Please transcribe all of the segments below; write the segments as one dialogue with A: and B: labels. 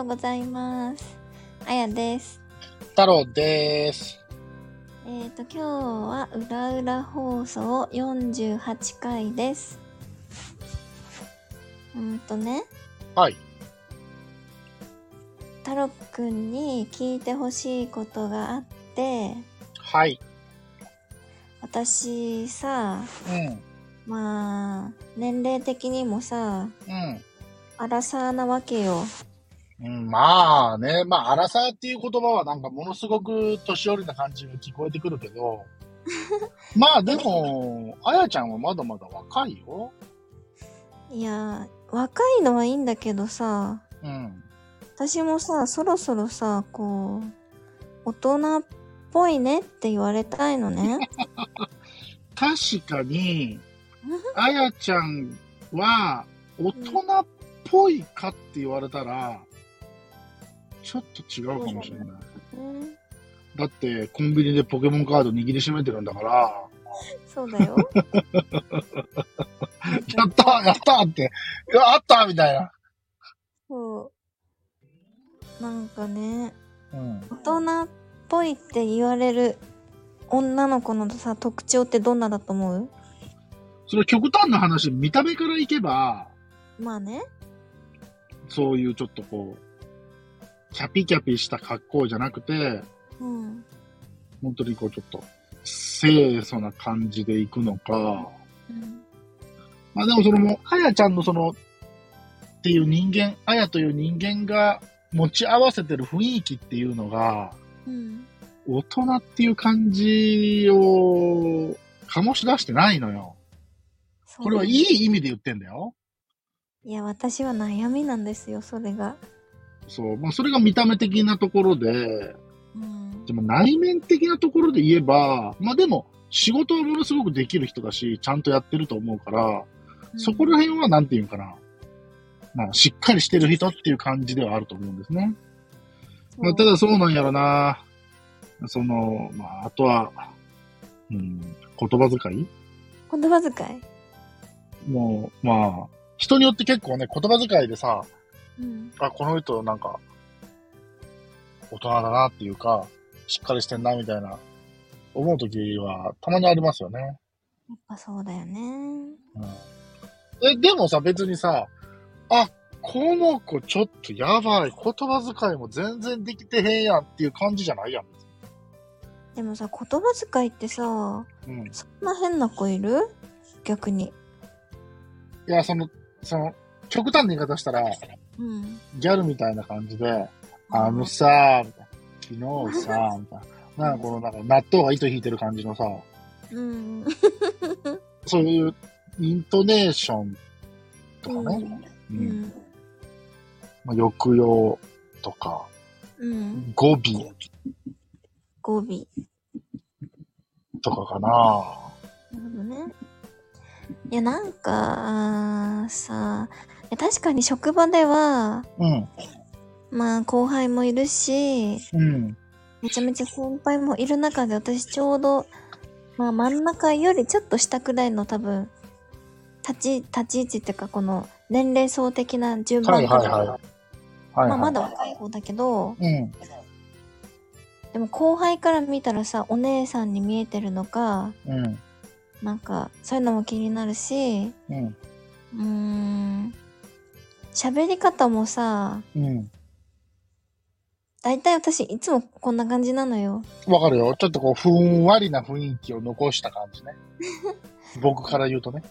A: うございます。あやです。
B: 太郎です。
A: えっ、と、今日は裏裏放送48回です。うーんとね、
B: はい。
A: 太郎くんに聞いてほしいことがあって、
B: はい。
A: 私さ、
B: うん。
A: まあ、年齢的にもさ、
B: うん。
A: アラサーなわけよ。
B: うん、まあね、まあ、アラサーっていう言葉はなんかものすごく年寄りな感じが聞こえてくるけ ど、まあでも、あやちゃんはまだまだ若いよ。
A: いや、若いのはいいんだけどさ、
B: うん。
A: 私もさそろそろさこう大人っぽいねって言われたいのね
B: 確かに、あやちゃんは大人っぽいかって言われたら、ちょっと違うかもしれない。
A: うん
B: だって、コンビニでポケモンカード握りしめてるんだから、
A: そうだ よ
B: やったーやったーって、うわあったーみたいな。
A: そうなんかね
B: うん。
A: 大人っぽいって言われる女の子のさ特徴ってどんなだと思う
B: それ極端な話、見た目からいけば、
A: まあね
B: そういうちょっとこう、キャピキャピした格好じゃなくて、
A: うん
B: 本当にこうちょっと、清楚な感じで行くのか。
A: うん
B: まあでもそのもう、あやちゃんのその、っていう人間、あやという人間が持ち合わせてる雰囲気っていうのが、
A: うん
B: 大人っていう感じを醸し出してないのよ。
A: そう
B: これはいい意味で言ってんだよ。
A: いや私は悩みなんですよそれが
B: そう、まあ、それが見た目的なところで、
A: うん
B: でも内面的なところで言えば、まあでも、仕事はものすごくできる人だし、ちゃんとやってると思うから、そこら辺はなんていうのかな。まあ、しっかりしてる人っていう感じではあると思うんですね。まあ、ただそうなんやろな。その、まあ、あとは、うん、言葉遣い
A: そう言葉遣い
B: もう、まあ、人によって結構ね、言葉遣いでさ、
A: うん
B: あ、この人なんか、大人だなっていうか、しっかりしてんなみたいな、思うときはたまにありますよね。
A: やっぱそうだよね
B: うん、え、でもさ、別にさ、あ、この子ちょっとやばい、言葉遣いも全然できてへんやんっていう感じじゃないやん。
A: でもさ言葉遣いってさ
B: うん。い
A: そんな変な子いる逆に
B: や、その、その、極端な言い方したら、
A: うん
B: ギャルみたいな感じで、あのさ、みたいな昨日さ、みたいな。なんかこの、なんか納豆が糸引いてる感じのさ、
A: うん
B: そういうイントネーションとかね、
A: う
B: うん
A: ん
B: まあ、抑揚とか、
A: うん
B: 語尾
A: 語尾なる
B: とかかな。
A: ほどねいやなんかあーさいや確かに職場では
B: うん、
A: まあ後輩もいるし
B: うん、
A: めちゃめちゃ先輩もいる中で私ちょうどまあ真ん中よりちょっと下くらいの多分立ち立ち位置っていうかこの年齢層的な順
B: は
A: 番
B: いはいはい。はいはい、
A: まあ、まだ若い方だけど
B: うん、
A: でも後輩から見たらさお姉さんに見えてるのか
B: うん、
A: なんかそういうのも気になるし
B: うん、
A: うーん喋り方もさ
B: うん。
A: 大体私いつもこんな感じなのよ
B: わかるよ。ちょっとこう、ふんわりな雰囲気を残した感 じね。僕から言うとね。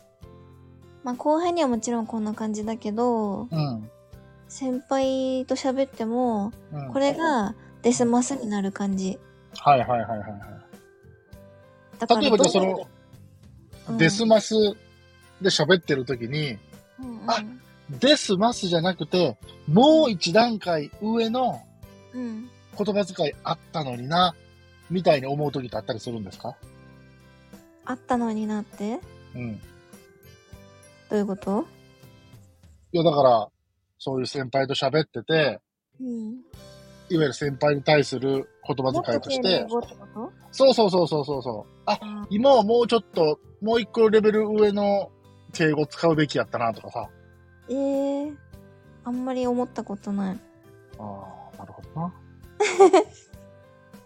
A: まあ後輩にはもちろんこんな感じだけど
B: うん。
A: 先輩と喋っても
B: うん、
A: これがデスマスになる感じ
B: はいはいはいはいは
A: だから
B: い。例えばじゃあ
A: ど
B: そうの、
A: うん
B: デスマスで喋ってる時に、
A: うんうん
B: あですますじゃなくて、もう一段階上の
A: うん
B: 言葉遣いあったのにな、みたいに思う時ってあったりするんですか
A: あったのになって
B: うん。
A: どういうこと
B: いや、だから、そういう先輩と喋ってて、
A: うん
B: いわゆる先輩に対する言葉遣いとし
A: も
B: て
A: っ、と敬語ってこと
B: そうそうそうそうそうそう。あ、
A: あ
B: 今はもうちょっと、もう一個レベル上の敬語使うべきやったなとかさ。
A: ええあんまり思ったことない。
B: あああ、なるほどな。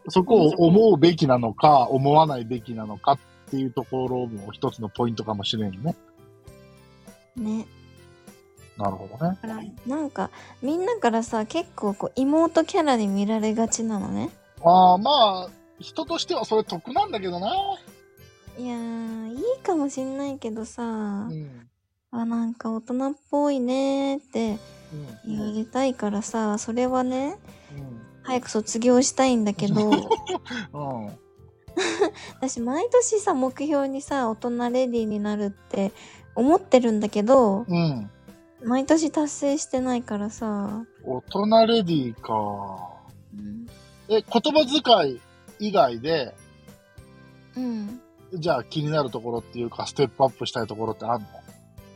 B: そこを思うべきなのか、思わないべきなのかっていうところも一つのポイントかもしれんね。
A: ね
B: なるほどね。
A: だからなんかみんなからさ結構こう妹キャラに見られがちなのね
B: ああ、まあ、人としてはそれ得なんだけどな。
A: いやーいいかもしんないけどさ
B: う、ん。
A: あなんか大人っぽいねーって
B: うん。
A: 言われたいからさそれはね
B: うん
A: 早く卒業したいんだけど
B: うん。うん。
A: 私毎年さ目標にさ大人レディーになるって思ってるんだけど
B: うん。
A: 毎年達成してないからさ、
B: 大人レディーか。え、言葉遣い以外で、
A: うん
B: じゃあ気になるところっていうか、ステップアップしたいところってあるの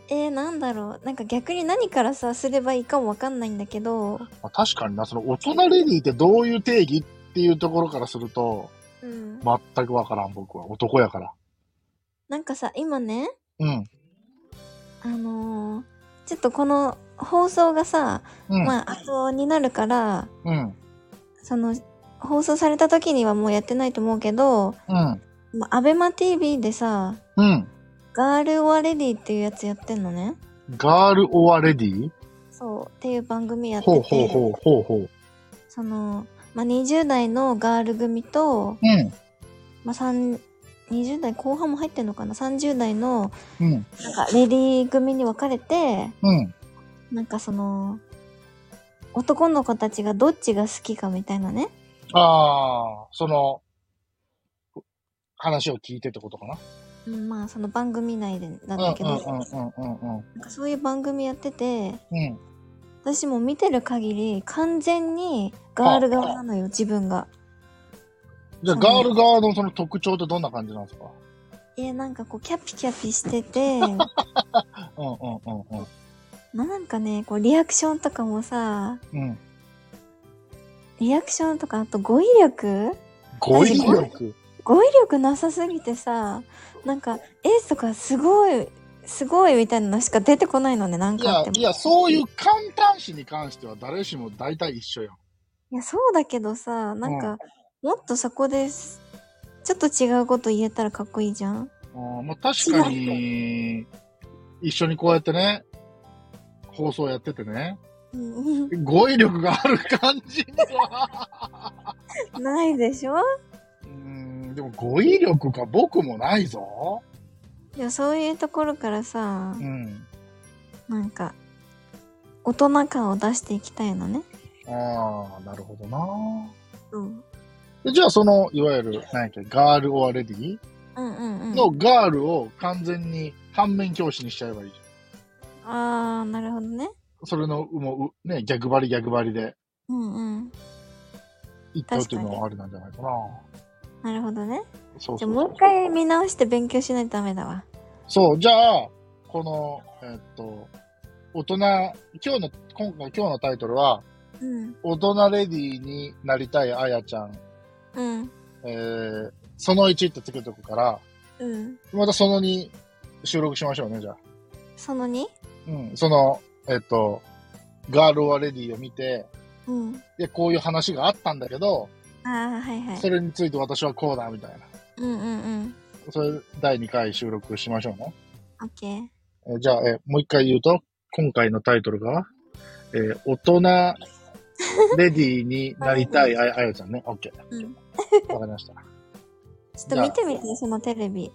A: えー、なんだろうなんか逆に何からさすればいいかもわかんないんだけど
B: まあ、確かにな、その大人レディーってどういう定義っていうところからすると、
A: うん
B: 全くわからん、僕は。男やから。
A: なんかさ今ね
B: うん。
A: あのーちょっとこの放送がさ、
B: うん。
A: まあ後になるから
B: うん。
A: その放送された時にはもうやってないと思うけど、
B: うん。
A: まあ、アベマ t v でさ
B: うん。
A: ガール・オア・レディっていうやつやってんのね
B: ガール・オア・レディー
A: そうっていう番組やってて
B: ほうほうほうほうほう。
A: その、まあ、20代のガール組と、
B: うん。
A: まあ、3 20代後半も入ってんのかな30代の
B: うん。
A: なんかレディー組に分かれて
B: うん。
A: なんかその男の子たちがどっちが好きかみたいなね
B: ああ、その、話を聞いてってことかな。
A: うんまあその番組内でな
B: うんんうん
A: だけど、
B: うんうんうんうん。
A: なんかそういう番組やってて
B: うん。
A: 私も見てる限り完全にガール側なのよ自分が。
B: じゃあ、
A: そう
B: ガール側のその特徴ってどんな感じなんですか
A: えなんかこうキャピキャピしてて
B: うんうんうん
A: まあなんかねこうリアクションとかもさ
B: うん。うん。
A: リアクションとかあと語彙力
B: 語彙力。
A: 語彙力なさすぎてさなんか「エース」とか「すごい」「すごい」みたいなのしか出てこないのねなん
B: い
A: かあ
B: や
A: っ、ても
B: いや、そういう簡単詞に関しては誰しも大体一緒やん。
A: いやそうだけどさなんか、もっとそこですちょっと違うこと言えたらかっこいいじゃん
B: あーまあ、確かに、一緒にこうやってね、放送やっててね、
A: うん
B: 語彙力がある感じには。
A: ないでしょ
B: うーん、でも語彙力か僕もないぞ。
A: いやそういうところからさ
B: うん。
A: なんか大人感を出していきたいのね
B: ああ、なるほどな。
A: うん
B: でじゃあ、その、いわゆる、何やっけ、ガール・オア・レディ
A: うんうんうん
B: のガールを完全に反面教師にしちゃえばいいじゃ
A: あーなるほどね
B: ん。それの、もう、ね、逆張り逆張りで
A: うんうん
B: いったっていうのはあれなんじゃないかな。
A: なるほどね
B: そう
A: じゃ
B: そ
A: あ
B: う
A: もう一回見直して勉強しないとダメだわ
B: そう、じゃあ、この、えっと、大人、今日の、今回、今日のタイトルは、
A: うん
B: 大人レディーになりたいあやちゃん、
A: うん
B: えー、その1ってつけとくから、
A: うん
B: またその2収録しましょうね、じゃあ。
A: その 2?
B: うん、その、えっと、ガールはレディーを見て、
A: うん。
B: で、こういう話があったんだけど、
A: ああ、はいはい
B: そ。れについて私はこうだ、みたいな。
A: うんうんうん。
B: それ、第2回収録しましょうね。
A: オッケー。
B: えーじゃあ、えーもう一回言うと、今回のタイトルが、えー大人レディーになりたい ああやちゃんね。オッケー。
A: うん。
B: わかりました。
A: ちょっと見てみて、そのテレビ。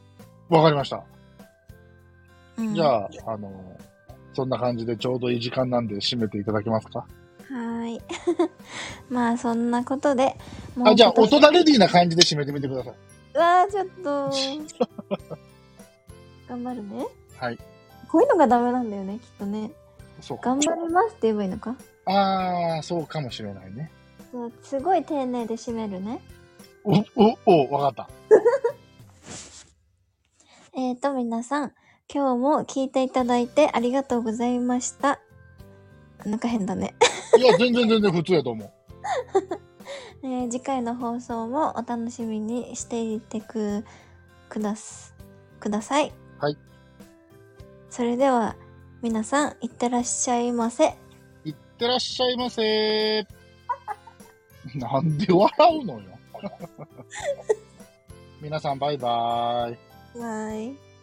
B: わかりました。
A: うん、
B: じゃあ、あのーそんな感じでちょうどいい時間なんで締めていただけますか。
A: はーい。 まあ、そんなことで。もう
B: あ、じゃあ、
A: 今
B: 大
A: 年
B: 人レディーな感じで締めてみてください。
A: うわー、ちょっと。 頑張るね。
B: はい。
A: こういうのがダメなんだよね、きっとね。
B: そうか
A: 頑。張りますって言えばいいのか。
B: あー、そうかもしれないね。
A: そうすごい丁寧で締めるね。
B: お、お、お、わかっ
A: えーと、皆さん、今日も聞いていただいてありがとうございました。なんか変だね。
B: た。いや、全然全然普通やと思う。
A: えー次回の放送もお楽しみにしていてくくだすください。
B: はい。
A: それでは皆さんいってらっしゃいませ。
B: いってらっしゃいませー。なんで笑うのよ。皆さんバイバーイ。
A: はい。